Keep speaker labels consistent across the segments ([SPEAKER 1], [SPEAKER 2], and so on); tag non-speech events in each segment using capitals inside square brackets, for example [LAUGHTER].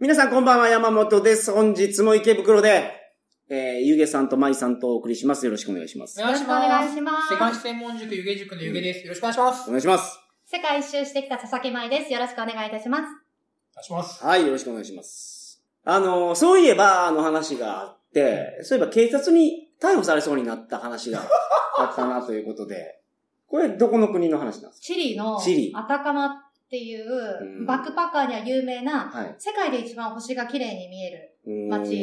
[SPEAKER 1] 皆さんこんばんは、山本です。本日も池袋で、えー、ゆげさんとまいさんとお送りします。よろしくお願いします
[SPEAKER 2] お。願いし
[SPEAKER 3] よろしくお
[SPEAKER 2] ま
[SPEAKER 3] 願
[SPEAKER 2] す。
[SPEAKER 3] いします
[SPEAKER 2] 世界史専門塾、湯気塾の湯気です。よろしくお願いします。
[SPEAKER 1] お願いします。
[SPEAKER 3] 世界一周してきた佐々木舞です。よろしくお願いいたしま
[SPEAKER 2] お
[SPEAKER 3] す。
[SPEAKER 2] 願いします。
[SPEAKER 1] はい、よろしくお願いします。あのー、そういえば、あの話があって、そういえば警察に逮捕されそうになった話があったなということで、 [LAUGHS] これどこの国の話なんです
[SPEAKER 3] チリの
[SPEAKER 1] チリ
[SPEAKER 3] アタカマっていううんバックパッカーには有名な
[SPEAKER 1] かはい。
[SPEAKER 3] 世界で一番星が綺麗に見える。
[SPEAKER 1] 町
[SPEAKER 3] 町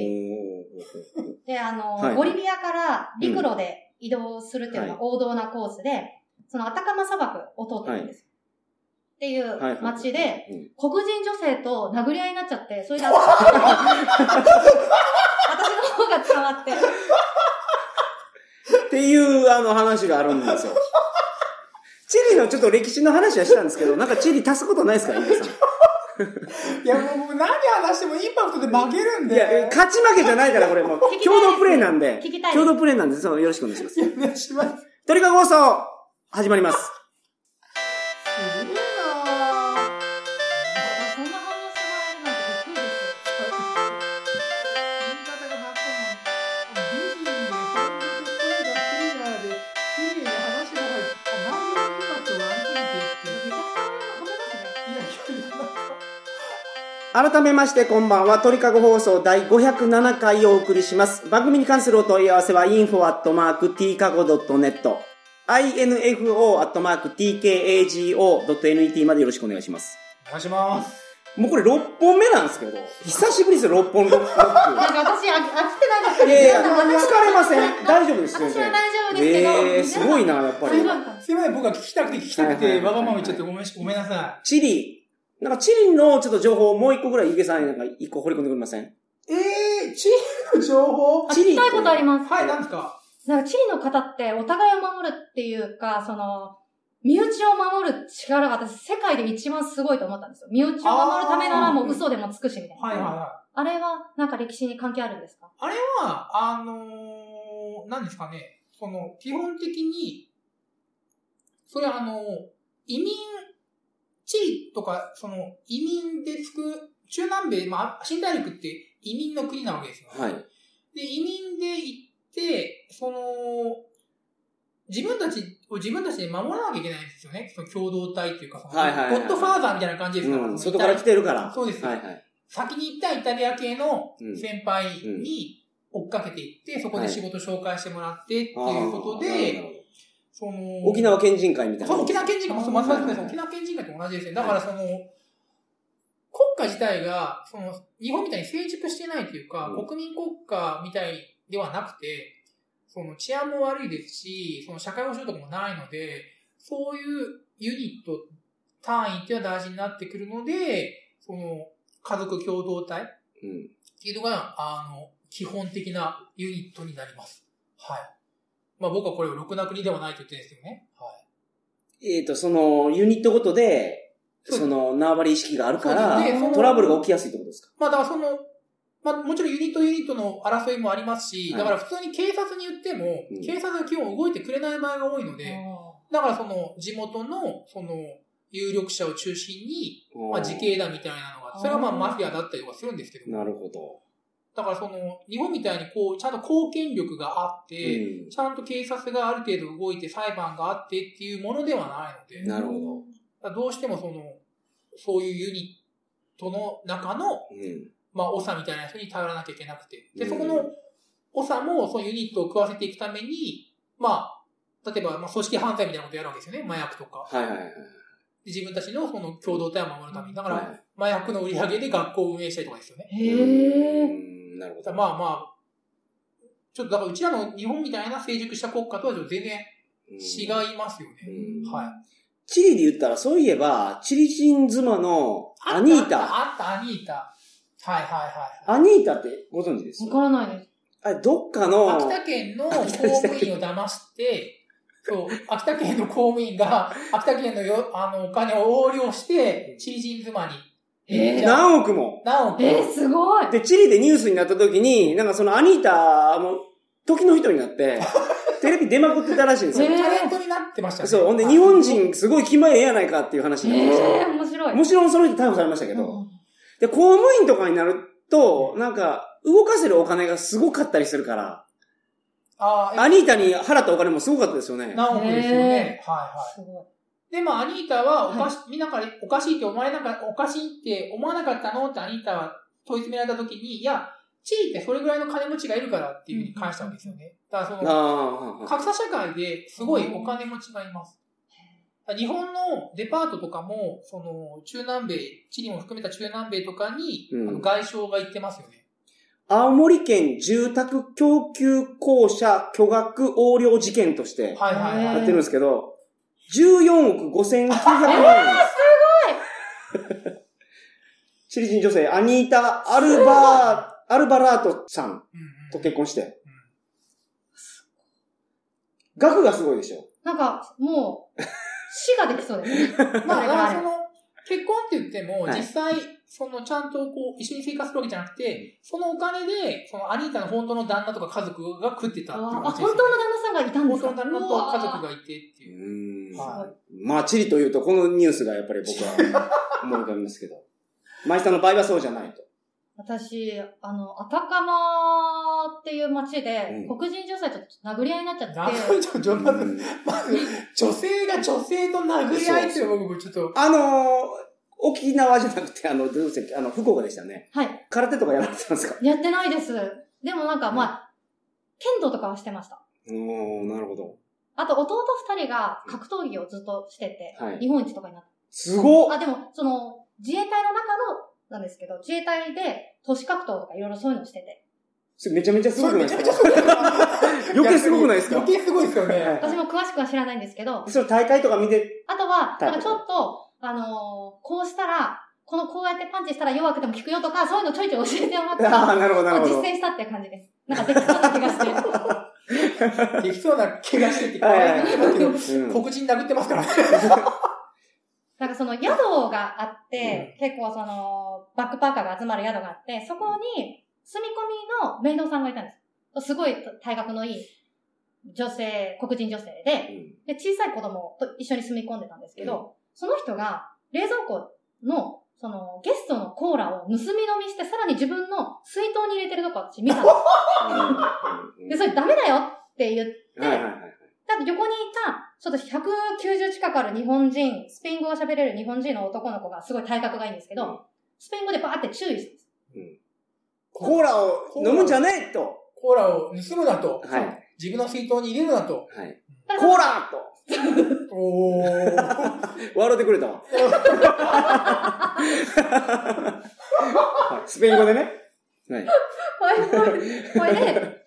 [SPEAKER 3] で、あの、
[SPEAKER 1] はい
[SPEAKER 3] ボリビアから陸路で移動するっていうのが王道なコースで、そのアタカマ砂漠を通ってるんですよ。ってい
[SPEAKER 1] はいはいう
[SPEAKER 3] 街で、
[SPEAKER 1] うん
[SPEAKER 3] 黒人女性と殴り合いになっちゃって、
[SPEAKER 1] [LAUGHS]
[SPEAKER 3] それで私私の方が捕まって。
[SPEAKER 1] っていう、あの話があるんですよ。
[SPEAKER 3] [LAUGHS]
[SPEAKER 1] チリのちょっと歴史の話はしたんですけど、なんかチリ足すことないで
[SPEAKER 3] [LAUGHS]
[SPEAKER 1] すか、ゆげさん。
[SPEAKER 2] いや、もう僕何話してもインパクトで負けるん
[SPEAKER 1] いや、え
[SPEAKER 2] で。
[SPEAKER 1] 勝ち負けじゃないから、これもう
[SPEAKER 3] 聞、きたい
[SPEAKER 1] 共同プレイなんで
[SPEAKER 3] 聞きた、いです
[SPEAKER 1] 共同プレイなんで、そう、よろしくお願いします。
[SPEAKER 2] お願いします。す
[SPEAKER 1] トリカゴ放送、始まります。
[SPEAKER 2] ごいなぁ
[SPEAKER 3] そんな反応してもらえるなんてびっくりで
[SPEAKER 2] 言い
[SPEAKER 3] すよ。
[SPEAKER 2] 方が真っ赤な美人で、そんなかっこいいな、クリーナーで、綺麗に話が入って、何のインパクトがありすぎてって。
[SPEAKER 3] めちゃくちゃ褒めますね。
[SPEAKER 2] いやいやいや、
[SPEAKER 1] 改めましてこんばんは、鳥かご放送第507回をお送りします。番組に関するお問い合わせは info.tkago.net info.tkago.net までよろしくお願いします。
[SPEAKER 2] お願いします。
[SPEAKER 1] もうこれ6本目なんですけど、久しぶりですよ、6本
[SPEAKER 3] [LAUGHS]
[SPEAKER 1] ロック。
[SPEAKER 3] なんか私、あ飽きてないです
[SPEAKER 1] いやいや、疲
[SPEAKER 3] 私
[SPEAKER 1] れません。大丈夫です、
[SPEAKER 3] は
[SPEAKER 1] 全然。
[SPEAKER 3] 大丈夫ですけど。
[SPEAKER 1] えー、すごいな、やっぱり。
[SPEAKER 3] 皆さんすごい
[SPEAKER 2] すいません、僕は聞きたくて聞きたく
[SPEAKER 1] はいは
[SPEAKER 2] て、
[SPEAKER 1] いはい
[SPEAKER 2] わがまま言っちゃってごめんしごめんなさ
[SPEAKER 1] チリ。なんかチリのちょっと情報をもう一個ぐらい、ゆげさんになんか一個掘り込んでくれません
[SPEAKER 2] い。えー、チームの情報
[SPEAKER 3] あ
[SPEAKER 1] チリ
[SPEAKER 3] 聞きたいことあります。
[SPEAKER 2] はい、何ですか
[SPEAKER 3] なんかチリの方ってお互いを守るっていうか、その、身内を守る力が私、世界で一番すごいと思ったんですよ。身内を守るためならもう嘘でもつくし、みたいな。
[SPEAKER 2] はいはいはい。
[SPEAKER 3] あれは、なんか歴史に関係あるんですか
[SPEAKER 2] あれは、あのー、何ですかね、その、基本的に、それはあのー、移民、地理とか、その、移民でつく、中南米、まあ、新大陸って移民の国なわけですよ。
[SPEAKER 1] はい。
[SPEAKER 2] で、移民で行って、その、自分たちを自分たちで守らなきゃいけないんですよね。その共同体っていうか、その、
[SPEAKER 1] はいはいはいはい
[SPEAKER 2] ゴッドファーザーみたいな感じですから、
[SPEAKER 1] う
[SPEAKER 2] その
[SPEAKER 1] ん、外から来てるから。
[SPEAKER 2] そうです
[SPEAKER 1] はいはい。
[SPEAKER 2] 先に行ったイタリア系の
[SPEAKER 1] うん
[SPEAKER 2] 先輩に追っかけていって、そこで仕事紹介してもらってっていうこと
[SPEAKER 1] あーなる
[SPEAKER 2] で、
[SPEAKER 1] ほど
[SPEAKER 2] その、
[SPEAKER 1] 沖縄県人会みたいな。
[SPEAKER 2] そう沖縄県人会、
[SPEAKER 1] あ
[SPEAKER 2] そう
[SPEAKER 1] ー
[SPEAKER 2] 松坂さんです沖縄県人会と同じですね。だからその、国家自体が、その、日本みたいに成熟してないというか、
[SPEAKER 1] うん
[SPEAKER 2] 国民国家みたいではなくて、その治安も悪いですし、その社会保障とかもないので、そういうユニット、単位っていうのは大事になってくるので、その、家族共同体
[SPEAKER 1] うん。
[SPEAKER 2] っていうのが、あの、基本的なユニットになります。はい。まあ僕はこれをろくな国ではないと言ってるんですけどね。はい。
[SPEAKER 1] えっ、と、その、ユニットごとで、
[SPEAKER 2] そう
[SPEAKER 1] その、縄張り意識があるか
[SPEAKER 2] そう
[SPEAKER 1] ら
[SPEAKER 2] ですねそ、の
[SPEAKER 1] トラブルが起きやすいってことですか
[SPEAKER 2] まあだからその、まあもちろんユニットユニットの争いもありますし、
[SPEAKER 1] はい
[SPEAKER 2] だから普通に警察に言っても
[SPEAKER 1] うん、
[SPEAKER 2] 警察が基本動いてくれない場合が多いので、だからその地元の、その、有力者を中心に、まあ時系だみたいなのが、それがまあ
[SPEAKER 3] あー
[SPEAKER 2] マフィアだったりとかするんですけど、
[SPEAKER 1] なるほど。
[SPEAKER 2] だからその、日本みたいにこう、ちゃんと貢献力があっ
[SPEAKER 1] う
[SPEAKER 2] て、
[SPEAKER 1] ん。
[SPEAKER 2] ちゃんと警察がある程度動いて裁判があってっていうものではないので、
[SPEAKER 1] なるほど。
[SPEAKER 2] だからどうしてもその、そういうユニットの中の、
[SPEAKER 1] うん。
[SPEAKER 2] まあ、長みたいな人に頼らなきゃいけなくて。で、
[SPEAKER 1] うん
[SPEAKER 2] そこの長も、そのユニットを食わせていくために、まあ、例えば、まあ、組織犯罪みたいなことやるわけですよね。麻薬とか。
[SPEAKER 1] はいはいはい。
[SPEAKER 2] で自分たちのその共同体を守るために。だか
[SPEAKER 1] は
[SPEAKER 2] ら、麻薬の売り上げで学校を運営したりとかですよね。
[SPEAKER 1] い。
[SPEAKER 3] へ
[SPEAKER 1] う
[SPEAKER 3] え。
[SPEAKER 1] んなるほ
[SPEAKER 2] だ
[SPEAKER 1] ど。
[SPEAKER 2] からまあまあ、ちょっとだからうちらの日本みたいな成熟した国家とは全然
[SPEAKER 1] うん
[SPEAKER 2] 違いますよね。
[SPEAKER 1] うん
[SPEAKER 2] はい。
[SPEAKER 1] チリで言ったら、そういえば、チリ人妻のアニータ。
[SPEAKER 2] あった、あった、アニータ。はいはいはい。
[SPEAKER 1] アニータってご存知です
[SPEAKER 3] わからないです。
[SPEAKER 1] あれ、どっかの、
[SPEAKER 2] 秋田県の公務員を騙して、そう、秋田県の公務員が、秋田県のよあのお金を横領して、知人妻に。
[SPEAKER 3] えー
[SPEAKER 1] 何億も。
[SPEAKER 2] 何億
[SPEAKER 3] えー、すごい。
[SPEAKER 1] で、チリでニュースになった時に、なんかそのアニータも、時の人にな
[SPEAKER 3] [LAUGHS]
[SPEAKER 1] って、テレビ出まくってたらしいんですよ。
[SPEAKER 2] タレントになってましたね。
[SPEAKER 1] そう、ほんで日本人すごい気前ええやないかっていう話になってまし
[SPEAKER 3] え
[SPEAKER 1] た。
[SPEAKER 3] ー、面白い。
[SPEAKER 1] もちろんその人逮捕されましたけど、
[SPEAKER 3] うん
[SPEAKER 1] で、公務員とかになると、なんか、動かせるお金がすごかったりするから、
[SPEAKER 2] ああ、
[SPEAKER 1] アニータに払ったお金もすごかったですよね。
[SPEAKER 2] 何億ですよね。はいはい。
[SPEAKER 3] すごい。
[SPEAKER 2] で、まあ、アニータは、お
[SPEAKER 3] はい
[SPEAKER 2] かし、みんなからおかしいって思われなかった、おかしいって思わなかったのってアニータは問い詰められたときに、いや、チリってそれぐらいの金持ちがいるからっていうふうに返したわけですよね。だからそ
[SPEAKER 1] あ
[SPEAKER 2] の、
[SPEAKER 1] あ、
[SPEAKER 2] 格差社会ですごいお金持ちがいます。だから日本のデパートとかも、その、中南米、チリも含めた中南米とかに、
[SPEAKER 1] うん
[SPEAKER 2] あの外相が行ってますよね。
[SPEAKER 1] 青森県住宅供給公社巨額横領事件として
[SPEAKER 2] はいはい
[SPEAKER 1] やっ
[SPEAKER 2] はい。
[SPEAKER 1] てるんですけど、14億5900万円です。チリ人女性、アニータ・アルバー、アルバラートさん
[SPEAKER 2] うん
[SPEAKER 1] と結婚して
[SPEAKER 2] うん。
[SPEAKER 1] 額がすごいでしょ。
[SPEAKER 3] なんか、もう、死ができそ
[SPEAKER 1] [LAUGHS]
[SPEAKER 3] うですね。
[SPEAKER 2] まあ、
[SPEAKER 3] 誰
[SPEAKER 2] だか
[SPEAKER 3] からあれ
[SPEAKER 2] その、結婚って言っても、
[SPEAKER 1] はい
[SPEAKER 2] 実際、その、ちゃんとこう、一緒に生活するわけじゃなくて、そのお金で、その、アニータの本当の旦那とか家族が食ってた
[SPEAKER 3] あ
[SPEAKER 2] って
[SPEAKER 3] ー
[SPEAKER 2] いう
[SPEAKER 3] あ
[SPEAKER 2] 感
[SPEAKER 3] 本
[SPEAKER 2] じ
[SPEAKER 3] 当
[SPEAKER 2] で
[SPEAKER 3] の
[SPEAKER 2] す
[SPEAKER 3] 旦
[SPEAKER 2] よね
[SPEAKER 3] 那さんがいたんで
[SPEAKER 2] 本
[SPEAKER 3] す
[SPEAKER 2] 当
[SPEAKER 3] か
[SPEAKER 2] の旦那と家族がいてっていう。
[SPEAKER 3] は
[SPEAKER 2] はい
[SPEAKER 1] まあ、チリというと、このニュースがやっぱり僕は思い浮かびますけど。 [LAUGHS] マイさんの場合はそうじゃないと。
[SPEAKER 3] 私、あの、アタカマっていう町で、
[SPEAKER 1] うん
[SPEAKER 3] 黒人女性と殴り合いになっちゃって、
[SPEAKER 2] なんかちょ
[SPEAKER 1] [LAUGHS]
[SPEAKER 2] っとまず、まず、女性が女性と殴り合いっていうのが僕ちょっと、
[SPEAKER 1] あのー沖縄じゃなくて、あの、どうせ、あの、福岡でしたよね。
[SPEAKER 3] はい。
[SPEAKER 1] 空手とかやられてたんですか
[SPEAKER 3] やってないです。でもなんか、まあ、剣道とかはしてました。
[SPEAKER 1] おー、なるほど。
[SPEAKER 3] あと、弟二人が格闘技をずっとしてて、
[SPEAKER 1] はい
[SPEAKER 3] 日本一とかになって。
[SPEAKER 1] すごっ
[SPEAKER 3] あ、でも、その、自衛隊の中の、なんですけど、自衛隊で都市格闘とかいろいろそういうのをしてて、
[SPEAKER 1] それめちゃめちゃす
[SPEAKER 2] そ
[SPEAKER 1] ご
[SPEAKER 2] れ
[SPEAKER 1] くない
[SPEAKER 2] め
[SPEAKER 1] で
[SPEAKER 2] ちゃ
[SPEAKER 1] す
[SPEAKER 2] めちゃ
[SPEAKER 1] か
[SPEAKER 2] すごい。
[SPEAKER 1] [LAUGHS] 余計すごくないですか
[SPEAKER 2] 逆に余計すごいですよね。
[SPEAKER 3] 私も詳しくは知らないんですけど、
[SPEAKER 1] それ大会とか見て、
[SPEAKER 3] あと
[SPEAKER 1] は
[SPEAKER 3] は、
[SPEAKER 1] い
[SPEAKER 3] なんかちょっと、あのーこうしたら、このこうやってパンチしたら弱くても効くよとか、そういうのちょいちょい教えてもらって、
[SPEAKER 1] ああ、なるほど、なるほ
[SPEAKER 3] も
[SPEAKER 1] ど
[SPEAKER 3] う実。践したっていう感じです。なんかできそうな気がして。
[SPEAKER 2] できそうな気がしてて、
[SPEAKER 1] はいはいはい
[SPEAKER 2] だけど、
[SPEAKER 1] うん
[SPEAKER 2] 黒人殴ってますからね。
[SPEAKER 3] なんかその宿があって、結構その、バックパーカーが集まる宿があって、そこに住み込みのメイドさんがいたんです。すごい体格のいい女性、黒人女性で、で、小さい子供と一緒に住み込んでたんですけど、その人が冷蔵庫の、その、ゲストのコーラを盗み飲みして、さらに自分の水筒に入れてるとこ私見たんで
[SPEAKER 1] うん
[SPEAKER 3] す。で、それダメだよって言って、
[SPEAKER 1] はいはいはい。
[SPEAKER 3] だって横にいた、ちょっと190近くある日本人、スペイン語が喋れる日本人の男の子がすごい体格がいいんですけど、
[SPEAKER 1] うん
[SPEAKER 3] スペイン語でバーって注意して
[SPEAKER 1] [LAUGHS]
[SPEAKER 3] ます。
[SPEAKER 1] コーラを飲むんじゃねえと。
[SPEAKER 2] コーラを盗むなと。
[SPEAKER 1] はい。
[SPEAKER 2] 自分の水筒に入れるなと。
[SPEAKER 1] はい。
[SPEAKER 3] だから
[SPEAKER 1] コーラと
[SPEAKER 2] おー。
[SPEAKER 1] 笑ってくれ
[SPEAKER 2] [LAUGHS]
[SPEAKER 1] たわ。はいスペイン語でね。はい。
[SPEAKER 3] これで、これで、 [LAUGHS]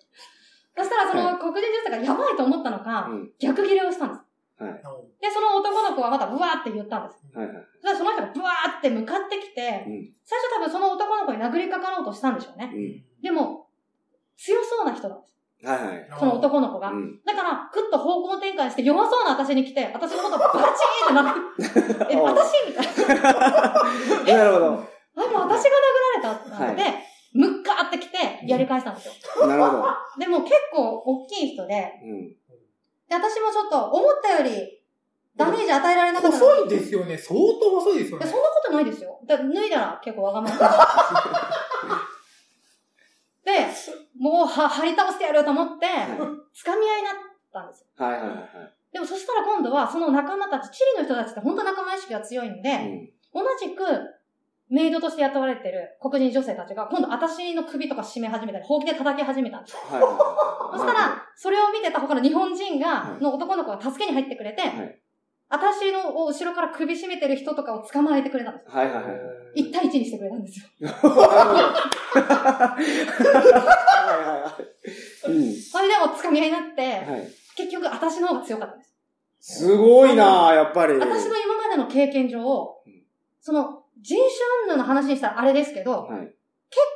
[SPEAKER 3] そしたらその黒人女性がやばいと思ったのか、
[SPEAKER 1] うん
[SPEAKER 3] 逆ギレをしたんです。
[SPEAKER 2] う
[SPEAKER 3] で、その男の子はまたブワーって言ったんです。
[SPEAKER 1] はいはい。
[SPEAKER 3] そしたらその人がブワーって向かってきて、
[SPEAKER 1] うん
[SPEAKER 3] 最初多分その男の子に殴りかかろうとしたんでしょうね。
[SPEAKER 1] うん
[SPEAKER 3] でも、強そうな人なんです。
[SPEAKER 1] はいはい。
[SPEAKER 3] その男の子が。
[SPEAKER 1] うん
[SPEAKER 3] だから、ぐっと方向転換して、弱そうな私に来て、私のことバチーってな
[SPEAKER 1] [LAUGHS]
[SPEAKER 3] って、え、
[SPEAKER 1] おう
[SPEAKER 3] 私みたいな。
[SPEAKER 1] [LAUGHS] なるほど。
[SPEAKER 3] あ、もう私が殴られたってなって、ムッカーって来て、やり返したんですよ。
[SPEAKER 1] なるほど。
[SPEAKER 3] でも結構大きい人で、
[SPEAKER 1] うん。
[SPEAKER 3] で、私もちょっと思ったよりダメージ与えられなかったの
[SPEAKER 2] 細いですよね。相当細いですよ
[SPEAKER 3] いや
[SPEAKER 2] ね
[SPEAKER 3] そ。んなことないですよ。だ脱いだら結構わがまま
[SPEAKER 1] [LAUGHS]
[SPEAKER 3] だし。で、もうは、張り倒してやると思って、掴み合いになったんですよ。
[SPEAKER 1] はいはいはいは
[SPEAKER 3] でもそしたら今度は、その仲間たち、チリの人たちって本当仲間意識が強いんで、
[SPEAKER 1] い。うん
[SPEAKER 3] 同じく、メイドとして雇われてる黒人女性たちが、今度私の首とか締め始めたり、ほうきで叩き始めたんです。
[SPEAKER 1] はいはいは
[SPEAKER 3] そ
[SPEAKER 1] い。
[SPEAKER 3] した
[SPEAKER 1] なる
[SPEAKER 3] ら、それを見てた他の日本人が
[SPEAKER 1] は、い
[SPEAKER 3] の男の子が助けに入ってくれて、
[SPEAKER 1] はい
[SPEAKER 3] 私の後ろから首絞めてる人とかを捕まえてくれたんです。
[SPEAKER 1] ほど、はいはいはいはい。
[SPEAKER 3] 一対一にしてくれたんですよ。
[SPEAKER 1] なるほどはいはいはい。うん。
[SPEAKER 3] それでも掴み合いになって、
[SPEAKER 1] はい。
[SPEAKER 3] 結局私の方が強かったんです。
[SPEAKER 1] すごいなぁ、やっぱり。
[SPEAKER 3] 私の今までの経験上
[SPEAKER 1] うん、
[SPEAKER 3] その人種云々の話にしたらあれですけど、
[SPEAKER 1] はい。
[SPEAKER 3] 結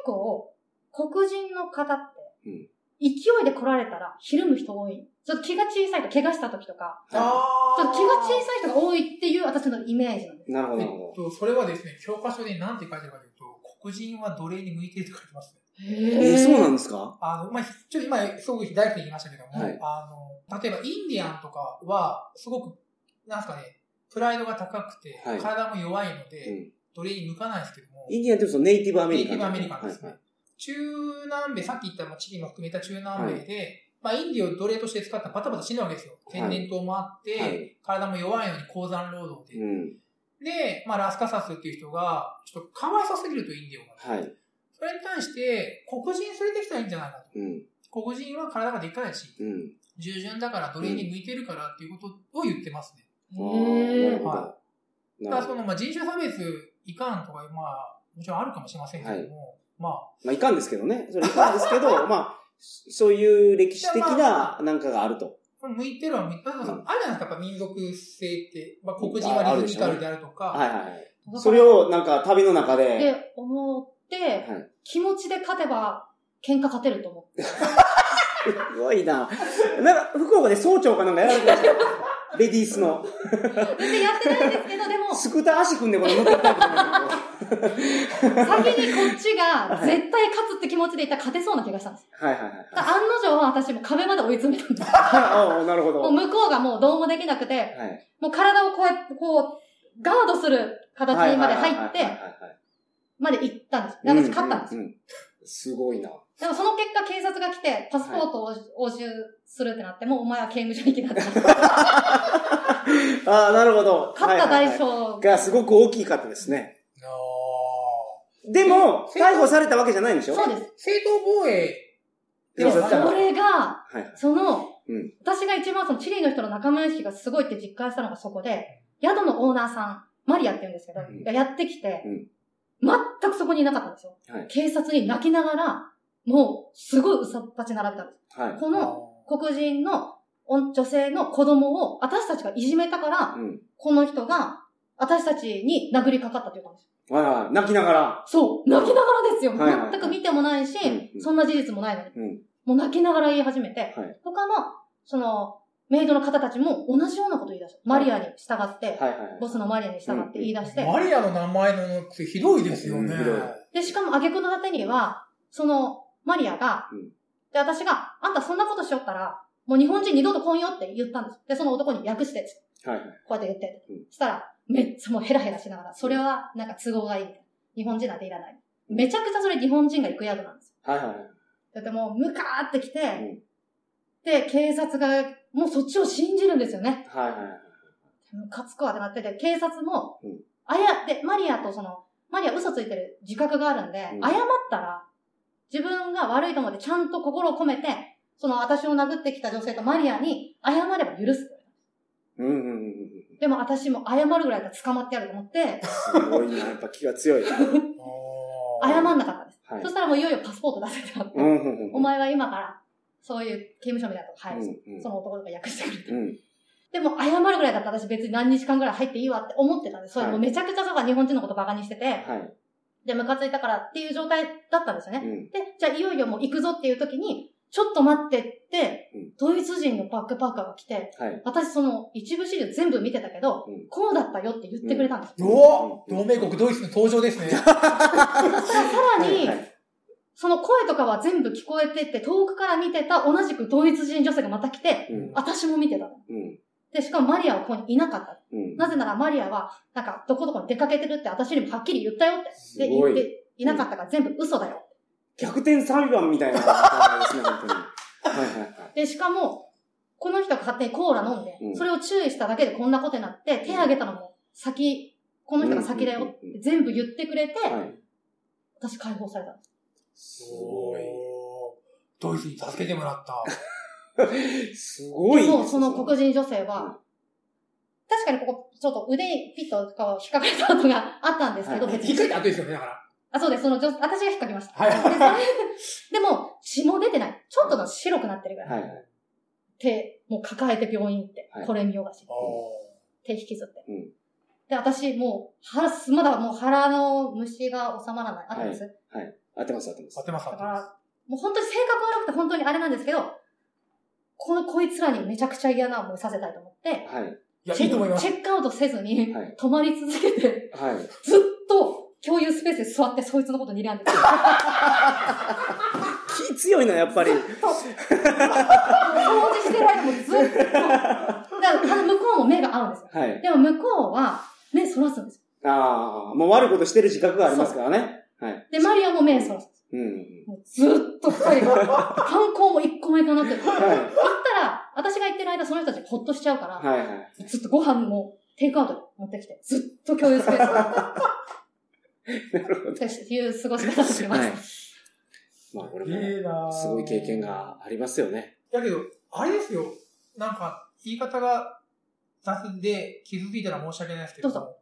[SPEAKER 3] 構黒人の方って
[SPEAKER 1] うん、
[SPEAKER 3] 勢いで来られたらひるむ人多い。ちょっと気が小さいと怪我した時とか、
[SPEAKER 1] は
[SPEAKER 2] あ
[SPEAKER 3] ちょっと気が小
[SPEAKER 2] い。
[SPEAKER 3] さい人が多いっていう私のイメージなんです。
[SPEAKER 1] い。なるほど、な
[SPEAKER 2] え
[SPEAKER 1] る
[SPEAKER 2] っ
[SPEAKER 1] ほ
[SPEAKER 2] と、それはですね、教科書で何て書いてるかというと、黒人は奴隷に向いてるって書いてますね。
[SPEAKER 1] ど。え、そうなんんですか
[SPEAKER 2] あの、まあ、ちょっと今、すごく大学に言いましたけども、
[SPEAKER 1] はい
[SPEAKER 2] あの、例えばインディアンとかは、すごく、なんですかね、プライドが高くて、
[SPEAKER 1] はい
[SPEAKER 2] 体も弱いので、
[SPEAKER 1] うん
[SPEAKER 2] 奴隷に向かないですけども、
[SPEAKER 1] インディアンってそのネイティブアメリ
[SPEAKER 2] ネイ
[SPEAKER 1] カ
[SPEAKER 2] ティ
[SPEAKER 1] ン。
[SPEAKER 2] ブアメリカンですね。
[SPEAKER 1] はい
[SPEAKER 2] 中南米、さっき言ったまあチリも含めた中南米で、まあ、インディを奴隷として使ったらバタバタ死ぬわけですよ。
[SPEAKER 1] はい
[SPEAKER 2] 天然痘もあって、
[SPEAKER 1] はい
[SPEAKER 2] 体も弱いのに鉱山労働で。
[SPEAKER 1] うん。
[SPEAKER 2] で、まあ、ラスカサスっていう人が、ちょっとかわいさすぎるとインディオが。
[SPEAKER 1] はい。
[SPEAKER 2] それに対して、黒人連れてきたらいいんじゃないかと。
[SPEAKER 1] うん。
[SPEAKER 2] 黒人は体がでっかいし、
[SPEAKER 1] うん。
[SPEAKER 2] 従順だから奴隷に向いてるからっていうことを言ってますね。
[SPEAKER 1] あーなるほど。
[SPEAKER 2] は
[SPEAKER 1] な
[SPEAKER 2] た
[SPEAKER 1] る
[SPEAKER 2] だそ
[SPEAKER 1] ほど
[SPEAKER 2] の、まあ、人種差別いかんとか、まあ、もちろんあるかもしれませんけども、まあ、
[SPEAKER 1] まあ、いかんですけどね。それいかんですけど、 [LAUGHS] まあ、そういう歴史的ななんかがあると。
[SPEAKER 2] 向いてるは向いてる。あるじゃ
[SPEAKER 1] うん
[SPEAKER 2] ないですか、やっぱ民族性って。まあ、黒人はリズミカルであるとか。
[SPEAKER 1] はいはいはい。
[SPEAKER 3] だから
[SPEAKER 1] それをなんか旅の中で、
[SPEAKER 3] って思って、
[SPEAKER 1] はい
[SPEAKER 3] 気持ちで勝てば喧嘩勝てると思って。
[SPEAKER 1] すごいな。なんか、福岡で総長かなんかやられてましたよ。レディースの。
[SPEAKER 3] 全然やってないんですけど、でも、
[SPEAKER 1] スクーター足組んでこれ乗ってったりとかね。
[SPEAKER 3] [LAUGHS] 先にこっちが絶対勝つって気持ちでいったら勝てそうな気がしたんです。
[SPEAKER 1] はいはいはい。
[SPEAKER 3] だから案の定は私も壁まで追い詰めたんです。
[SPEAKER 1] ああ、なるほど。
[SPEAKER 3] もう
[SPEAKER 1] はい。
[SPEAKER 3] 向こうがもうどうもできなくて、もう体をこうやって、こう、ガードする形
[SPEAKER 1] はいはい
[SPEAKER 3] ま
[SPEAKER 1] は
[SPEAKER 3] で
[SPEAKER 1] いはい
[SPEAKER 3] 入っ
[SPEAKER 1] はい
[SPEAKER 3] て、
[SPEAKER 1] はい
[SPEAKER 3] まで行ったんです。で
[SPEAKER 1] うん
[SPEAKER 3] 私勝ったんです。
[SPEAKER 1] うんうんすごいな。
[SPEAKER 3] でもその結果警察が来て、パスポートを押収するってなって、もうお前は刑務所行きだってなって。
[SPEAKER 1] ああ、なるほど。
[SPEAKER 3] 勝った
[SPEAKER 1] はい
[SPEAKER 3] 代
[SPEAKER 1] はいはい
[SPEAKER 3] 償
[SPEAKER 1] がすごく大きかったですね。
[SPEAKER 2] あ
[SPEAKER 1] でも、
[SPEAKER 2] え
[SPEAKER 1] 逮捕されたわけじゃないんでしょ
[SPEAKER 3] そうです。
[SPEAKER 2] ー正当防衛
[SPEAKER 1] でも
[SPEAKER 2] そう
[SPEAKER 1] だから
[SPEAKER 3] そ
[SPEAKER 1] はい
[SPEAKER 3] れが、
[SPEAKER 1] はい。
[SPEAKER 3] その、
[SPEAKER 1] うん
[SPEAKER 3] 私が一番そのチリの人の仲間意識がすごいって実感したのがそこで、宿のオーナーさん、マリアって言うんですけど、
[SPEAKER 1] うん
[SPEAKER 3] がやってきて、
[SPEAKER 1] うん
[SPEAKER 3] 全くそこにいなかったんですよ。
[SPEAKER 1] はい
[SPEAKER 3] 警察に泣きながら、もう、すごいうさっぱち並べたんです。
[SPEAKER 1] はい。
[SPEAKER 3] この黒人の女性の子供を私たちがいじめたから、
[SPEAKER 1] うん。
[SPEAKER 3] この人が私たちに殴りかかったって言ったんですよ。
[SPEAKER 1] はいはい。泣きながら。
[SPEAKER 3] そう、泣きながらですよ。
[SPEAKER 1] はいはいはい
[SPEAKER 3] 全く見てもないし、
[SPEAKER 1] うんうん
[SPEAKER 3] そんな事実もないのに。
[SPEAKER 1] うん
[SPEAKER 3] もう泣きながら言い始めて、
[SPEAKER 1] はい
[SPEAKER 3] 他の、その、メイドの方たちも同じようなこと言い出した。マリアに従って、
[SPEAKER 1] はいはいはい。
[SPEAKER 3] ボスのマリアに従って言い出して、
[SPEAKER 2] マリアの名前のってひどいですよね。
[SPEAKER 1] うんひどい
[SPEAKER 3] で、しかも挙句の果てには、その、マリアが、
[SPEAKER 1] うん
[SPEAKER 3] で、私が、あんたそんなことしよったら、もう日本人二度と来んよって言ったんです。で、その男に訳して、つって
[SPEAKER 1] はいはい。
[SPEAKER 3] こうやって言って
[SPEAKER 1] うん。
[SPEAKER 3] したら、めっちゃもうヘラヘラしながら、それはなんか都合がいいみたいな。日本人なんていらない。めちゃくちゃそれ日本人が行く宿なんです。
[SPEAKER 1] はいはいはい。
[SPEAKER 3] だってもう、ムカーってきて、
[SPEAKER 1] ん
[SPEAKER 3] で、警察が、もうそっちを信じるんですよね。
[SPEAKER 1] はいはいはい。
[SPEAKER 3] ムカつくわってなってて、警察も、
[SPEAKER 1] うん
[SPEAKER 3] あや、で、マリアとその、マリア嘘ついてる自覚があるんで、
[SPEAKER 1] うん
[SPEAKER 3] 謝ったら、自分が悪いと思ってちゃんと心を込めて、その私を殴ってきた女性とマリアに謝れば許す。
[SPEAKER 1] うんうんうんうん。
[SPEAKER 3] でも私も謝るぐらいだから捕まってやると思って、
[SPEAKER 1] すごいな。やっぱ気が強い。はい。
[SPEAKER 2] あー
[SPEAKER 3] 謝んなかったんです。そしたらもういよいよパスポート出せってなって、
[SPEAKER 1] うんうんうんうん。
[SPEAKER 3] お前は今から、そういう刑務所みたいなとこ入る、
[SPEAKER 1] うんうん
[SPEAKER 3] その男とか訳してくれて。
[SPEAKER 1] うん。
[SPEAKER 3] でも謝るぐらいだったら私別に何日間ぐらい入っていいわって思ってたんです。それ
[SPEAKER 1] はい
[SPEAKER 3] もうめちゃくちゃとか日本人のことバカにしてて、
[SPEAKER 1] はい。
[SPEAKER 3] で、ムカついたからっていう状態だったんですよ
[SPEAKER 1] う
[SPEAKER 3] ね。
[SPEAKER 1] ん。
[SPEAKER 3] で、じゃあいよいよもう行くぞっていう時に、ちょっと待ってって
[SPEAKER 1] うん、
[SPEAKER 3] ドイツ人のバックパッカーが来て、
[SPEAKER 1] はい。
[SPEAKER 3] 私その一部資料全部見てたけど、
[SPEAKER 1] うん
[SPEAKER 3] こうだったよって言ってくれたんです。
[SPEAKER 2] うお同盟国ドイツの登場ですね。
[SPEAKER 3] そしたらさらに
[SPEAKER 1] は、い
[SPEAKER 3] その声とかは全部聞こえてって、遠くから見てた同じくドイツ人女性がまた来て、
[SPEAKER 1] うん。
[SPEAKER 3] 私も見てた。
[SPEAKER 1] うん。
[SPEAKER 3] で、しかもマリアはここにいなかった。
[SPEAKER 1] うん。
[SPEAKER 3] なぜならマリアは、なんか、どこどこに出かけてるって私にもはっきり言ったよって。
[SPEAKER 1] す
[SPEAKER 3] で、
[SPEAKER 1] ご
[SPEAKER 3] 言っ
[SPEAKER 1] い。
[SPEAKER 3] ていなかったから全部嘘だよ。
[SPEAKER 1] 逆転裁判みたいな感じですね、本当に。はいはいはい。
[SPEAKER 3] で、しかも、この人が勝手にコーラ飲んで、
[SPEAKER 1] うん
[SPEAKER 3] それを注意しただけでこんなことになって、手挙げたのも先、この人が先だよって
[SPEAKER 1] うんうんうん
[SPEAKER 3] 全部言ってくれて、
[SPEAKER 1] はい。
[SPEAKER 3] 私解放されたんです。
[SPEAKER 1] すご
[SPEAKER 2] おードイツに助けてもらった。 [LAUGHS]
[SPEAKER 1] い。すごいですね。
[SPEAKER 3] でも、その黒人女性は、
[SPEAKER 1] うん
[SPEAKER 3] 確かにここ、ちょっと腕、ピッとこう引っかかれた跡があったんですけど、
[SPEAKER 1] は
[SPEAKER 3] 別
[SPEAKER 2] 引っかい
[SPEAKER 3] に。
[SPEAKER 2] た後ですよね、だから。
[SPEAKER 3] あ、そうです。その女、私が引っかきました。
[SPEAKER 2] はい
[SPEAKER 3] でそれでも、血も出てない。ちょっとの白くなってるぐらい。
[SPEAKER 1] はいはい。
[SPEAKER 3] 手、もう抱えて病院行って、
[SPEAKER 1] はい
[SPEAKER 3] これ見よがし。
[SPEAKER 2] あ
[SPEAKER 3] 手引きずって。
[SPEAKER 1] うん
[SPEAKER 3] で、私、もう、腹す、まだもう腹の虫が収まらない。あったんです。
[SPEAKER 1] 合ってます合ってます
[SPEAKER 2] ー合っ。てます、合
[SPEAKER 3] だ
[SPEAKER 2] っ
[SPEAKER 3] か
[SPEAKER 2] てます。
[SPEAKER 3] ら、もう本当に性格悪くて本当にあれなんですけど、このこいつらにめちゃくちゃ嫌な思いさせたいと思って、
[SPEAKER 1] はい。
[SPEAKER 2] いや、
[SPEAKER 3] チェ
[SPEAKER 2] いいと思います
[SPEAKER 3] チ。ェックアウトせずに、
[SPEAKER 1] はい
[SPEAKER 3] 泊まり続け
[SPEAKER 1] [LAUGHS]
[SPEAKER 3] て、
[SPEAKER 1] はい。
[SPEAKER 3] ずっと共有スペースで座ってそいつのこと睨んでて。
[SPEAKER 1] 気強いな、やっぱり。
[SPEAKER 3] 掃除してる間もずっと。だから、あの向こうも目が合うんですよ。
[SPEAKER 1] はい。
[SPEAKER 3] でも向こうは、目そらすんですよ。
[SPEAKER 1] ああ、もう悪いことしてる自覚がありますからね。はい。
[SPEAKER 3] で、マリオもメイソン。
[SPEAKER 1] うん。
[SPEAKER 3] もうずっと二人が、
[SPEAKER 1] [LAUGHS]
[SPEAKER 3] 観光も一個も行かなくて。行
[SPEAKER 1] は
[SPEAKER 3] っ
[SPEAKER 1] い。
[SPEAKER 3] たら、私が行ってる間その人たちほっとしちゃうから、
[SPEAKER 1] はいはい。
[SPEAKER 3] ずっとご飯もテイクアウトで持ってきて、ずっと共有スペー
[SPEAKER 1] [LAUGHS]
[SPEAKER 3] スを
[SPEAKER 1] なるほど。
[SPEAKER 3] っていう過ごし方をしてます。
[SPEAKER 1] はい。まあ、これも、
[SPEAKER 2] えな
[SPEAKER 1] すごい経験。がありますよね。
[SPEAKER 2] だけど、あれですよ。なんか、言い方が雑で傷ついたら申し訳ないですけど。
[SPEAKER 3] どう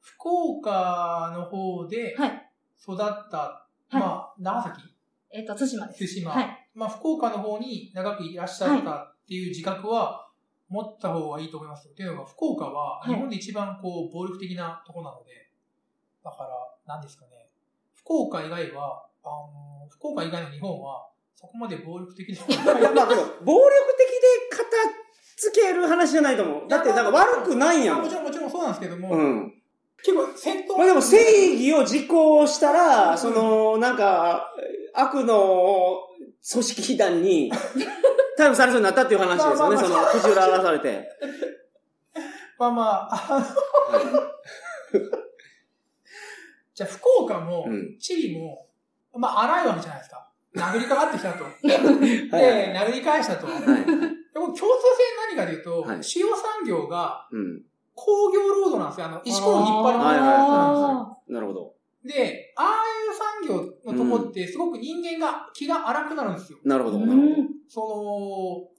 [SPEAKER 2] 福岡の方で
[SPEAKER 3] はい
[SPEAKER 2] 育った、
[SPEAKER 3] い
[SPEAKER 2] まあ、長崎、
[SPEAKER 3] えっ、と、対馬です。
[SPEAKER 2] 対馬、
[SPEAKER 3] はい。
[SPEAKER 2] まあ、福岡の方に長くいらっしゃったっていう自覚は持った方がいいと思いますよ。というのは、福岡は
[SPEAKER 3] は
[SPEAKER 2] 日
[SPEAKER 3] い
[SPEAKER 2] 本で一番こう、暴力的なとこなので、だから、なんですかね、福岡以外は、あの、福岡以外の日本は、そこまで暴力的な
[SPEAKER 1] いや、まあ、けど、暴力的で片付ける話じゃないと思う。だって、なんか悪くないや
[SPEAKER 2] まあ
[SPEAKER 1] ん
[SPEAKER 2] もち。ろん、もちろんそうなんですけども、
[SPEAKER 1] うん。
[SPEAKER 2] 結構戦闘
[SPEAKER 1] まあでも正義を実行したら、その、なんか、悪の組織団 [LAUGHS] に逮捕されそうになったっていう話ですよね、
[SPEAKER 2] まあ
[SPEAKER 1] そ
[SPEAKER 2] ま
[SPEAKER 1] の、口裏荒らされて。
[SPEAKER 2] まあまあ、あ [LAUGHS] のじゃあ福岡も、
[SPEAKER 1] うん
[SPEAKER 2] チリも、まあ荒いわけじゃないですか。殴りかかって
[SPEAKER 1] [LAUGHS]
[SPEAKER 2] きたと。
[SPEAKER 1] はいはい
[SPEAKER 2] で、殴り返したと。で
[SPEAKER 1] はい。
[SPEAKER 2] も共通性何かで言うと、
[SPEAKER 1] はい
[SPEAKER 2] 主要産業が
[SPEAKER 1] うん。
[SPEAKER 2] 工業労働なんですよ。あの、石ころを引っ張るもの
[SPEAKER 1] はいはい
[SPEAKER 2] なん
[SPEAKER 3] あ
[SPEAKER 1] なるほど。
[SPEAKER 2] ですよ。で、ああいう産業のとこって、すごく人間が気が荒くなるんですよ。
[SPEAKER 1] なるほ
[SPEAKER 3] ー
[SPEAKER 1] ど。
[SPEAKER 3] う
[SPEAKER 1] なるほ
[SPEAKER 3] ん。
[SPEAKER 2] その、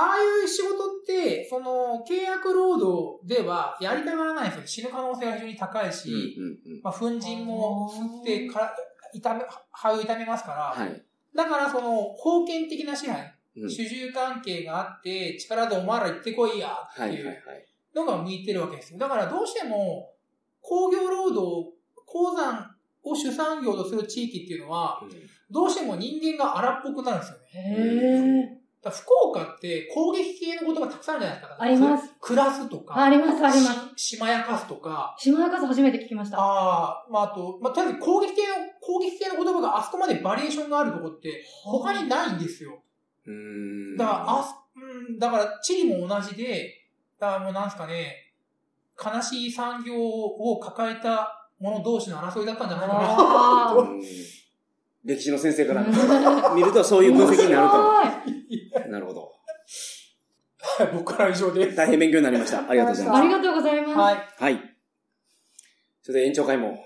[SPEAKER 2] ああいう仕事って、その、契約労働ではやりたがらないんですよ。死ぬ可能性が非常に高
[SPEAKER 1] ど。うんう
[SPEAKER 2] い
[SPEAKER 1] ん
[SPEAKER 2] し、
[SPEAKER 1] うん。
[SPEAKER 2] まあ、粉塵も吸ってから、痛め、肺を痛めますから、
[SPEAKER 1] はい。
[SPEAKER 2] だからその、封建的な支配、
[SPEAKER 1] うん
[SPEAKER 2] 主従関係があって、力でお前ら行ってこいや、って
[SPEAKER 1] はいはいいうはい。
[SPEAKER 2] のが向いてるわけですよ。だからどうしても、工業労働、鉱山を主産業とする地域っていうのは、どうしても人間が荒っぽくなるんですよね。
[SPEAKER 3] へえ。
[SPEAKER 2] だから福岡って攻撃系のことがたくさんあるじゃないですか。
[SPEAKER 3] あります。
[SPEAKER 2] 暮らすとか。
[SPEAKER 3] ああります、あります。
[SPEAKER 2] し。しまやかすとか。
[SPEAKER 3] 島屋カス初めて聞きました。
[SPEAKER 2] ああ、まああと、まあとりあえず攻撃系の、攻撃系の言葉があそこまでバリエーションがあるとこって他にないんですよ。
[SPEAKER 1] うーん。
[SPEAKER 2] だから、あす、うん、だから地理も同じで、だからもうなんですかね、悲しい産業を抱えた者同士の争いだったんじゃないかな。
[SPEAKER 1] [LAUGHS]
[SPEAKER 3] あ
[SPEAKER 1] う
[SPEAKER 3] ー
[SPEAKER 1] ん歴史の先生か
[SPEAKER 3] 面
[SPEAKER 1] ら
[SPEAKER 3] 白
[SPEAKER 1] 見るとそういう分析になると。
[SPEAKER 3] い
[SPEAKER 1] なるほど。
[SPEAKER 2] [LAUGHS] 僕からは以上です。
[SPEAKER 1] 大変勉強になりました。ありがとうござい
[SPEAKER 3] あ
[SPEAKER 1] ま
[SPEAKER 3] りがとうございます。
[SPEAKER 2] はい。
[SPEAKER 1] す。はい。それで延長会も、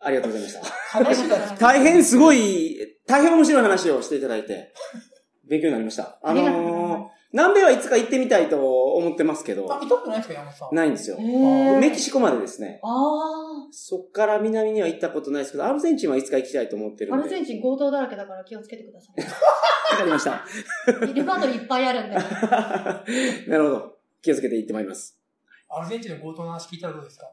[SPEAKER 1] ありがとうございました。
[SPEAKER 2] 話が、
[SPEAKER 1] 大変すごい、大変面白い話をしていただいて、勉強になりました。あ
[SPEAKER 3] ありがとうござい
[SPEAKER 1] のー
[SPEAKER 3] ま
[SPEAKER 1] 南米はいつか行ってみたいと思ってますけど、
[SPEAKER 2] あ、見たことないですか、山本さん。
[SPEAKER 1] ないんですよ
[SPEAKER 3] す。。へー
[SPEAKER 1] メキシコまでですね。
[SPEAKER 3] ああ
[SPEAKER 1] そっから南には行ったことないですけど、アルゼンチンはいつか行きたいと思ってる
[SPEAKER 3] ー。ア
[SPEAKER 1] ん
[SPEAKER 3] ル
[SPEAKER 1] で。
[SPEAKER 3] ゼンチン強盗だらけだから気をつけてくださ
[SPEAKER 1] わかりました。 [LAUGHS]
[SPEAKER 3] い。レパートリーいっぱいあるんで。
[SPEAKER 1] なるほど。気をつけて行ってまいります。
[SPEAKER 2] アルゼンチンの強盗の話聞いたらどうですか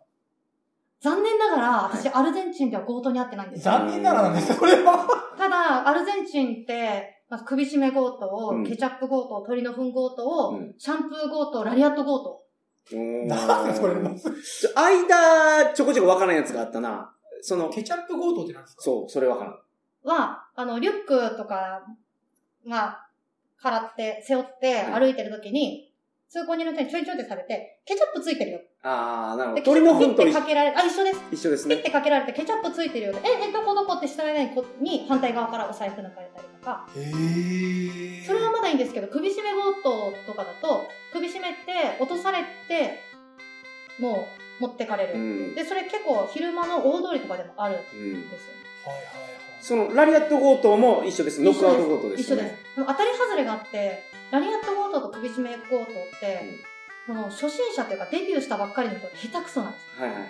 [SPEAKER 3] 残念ながら、私、アルゼンチンでは強盗に遭ってないんですよ。
[SPEAKER 2] 残念ながらなんですよ、これは。
[SPEAKER 3] ただ、アルゼンチンって、まず首絞め強盗を、
[SPEAKER 1] うん
[SPEAKER 3] ケチャップ強盗、鳥の糞強盗を、
[SPEAKER 1] うん
[SPEAKER 3] シャンプー強盗、ラリアット強盗。
[SPEAKER 1] うーん
[SPEAKER 2] なんだそれも
[SPEAKER 1] ちょ間、ちょこちょこわからんやつがあったな。その、
[SPEAKER 2] ケチャップ強盗ってなんですか
[SPEAKER 1] そう、それわからん。
[SPEAKER 3] は、あの、リュックとかが、からって、背負って
[SPEAKER 1] はい
[SPEAKER 3] 歩いてる時に、通行人の人にちょいちょいってされて、ケチャップついてるよ。
[SPEAKER 1] あー、なるほ
[SPEAKER 3] で
[SPEAKER 1] ど。鳥の
[SPEAKER 3] ケチャ
[SPEAKER 1] 糞
[SPEAKER 3] ップ
[SPEAKER 1] と
[SPEAKER 3] ピッて
[SPEAKER 1] 一
[SPEAKER 3] かけられる、あ、一緒です。
[SPEAKER 1] 一緒です
[SPEAKER 3] ピッ
[SPEAKER 1] ね。
[SPEAKER 3] てかけられて、ケチャップついてるよ。でえ、え、どこどこって下にこに反対側からお財布抜かれたりとか。
[SPEAKER 2] へー
[SPEAKER 3] それはまだいいんですけど、首絞め強盗とかだと、首絞めて、落とされて、もう、持ってかれ
[SPEAKER 1] う
[SPEAKER 3] る。
[SPEAKER 1] ん。
[SPEAKER 3] で、それ結構昼間の大通りとかでもあるん
[SPEAKER 1] うん
[SPEAKER 3] ですよ。
[SPEAKER 2] はいはいはい。
[SPEAKER 1] その、ラリアット強盗も一緒です。ノックアウト強盗です
[SPEAKER 3] 一緒
[SPEAKER 1] よ
[SPEAKER 3] で
[SPEAKER 1] ね、
[SPEAKER 3] す。でも当たり外れがあって、ラリアット強盗と首絞め強盗って、その初心者というかデビューしたばっかりの人って下手くそなんです。
[SPEAKER 1] はいはい。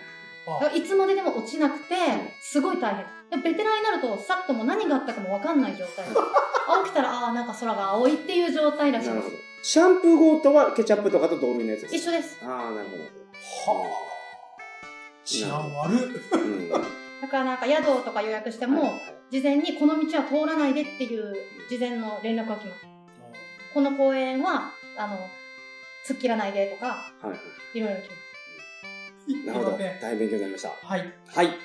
[SPEAKER 2] あ
[SPEAKER 3] だからいつまででも落ちなくて、すごい大変。でベテランになると、さっともう何があったかもわかんない状態。あ起きたら、ああ、なんか空が青いっていう状態らしい
[SPEAKER 1] な
[SPEAKER 3] で
[SPEAKER 1] る
[SPEAKER 3] す
[SPEAKER 1] ほど。。シャンプー強盗はケチャップとかと同類のやつです。
[SPEAKER 3] 一緒です。
[SPEAKER 1] ああ、なるほ
[SPEAKER 2] はぁ。治安悪っ。
[SPEAKER 1] ど。うん。 [LAUGHS]
[SPEAKER 3] だからなんか宿とか予約して
[SPEAKER 1] はい
[SPEAKER 3] も、事前にこの道は通らないでっていう事前の連絡が来ます。この公園は、あの、突っ切らないでとか、
[SPEAKER 1] はい。
[SPEAKER 3] いろいろ来ます。
[SPEAKER 1] なるほど。
[SPEAKER 2] すいません
[SPEAKER 1] 大変勉強になりました。
[SPEAKER 2] はい。
[SPEAKER 1] はい。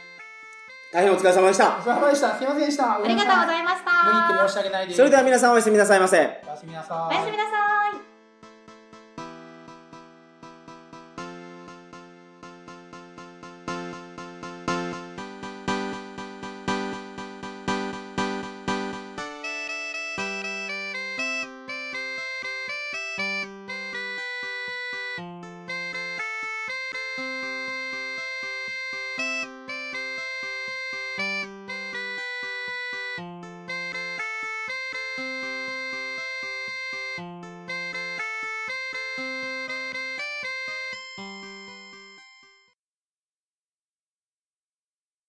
[SPEAKER 1] 大変お疲れ様でし
[SPEAKER 2] お
[SPEAKER 1] た。
[SPEAKER 2] 疲れ様でした。すいませんでした。
[SPEAKER 3] ありがとうございました。
[SPEAKER 2] 無理言って申し訳ないです。
[SPEAKER 1] それでは皆さんおやすみなさいませ。
[SPEAKER 2] おやすみなさ
[SPEAKER 3] おやすみなさい。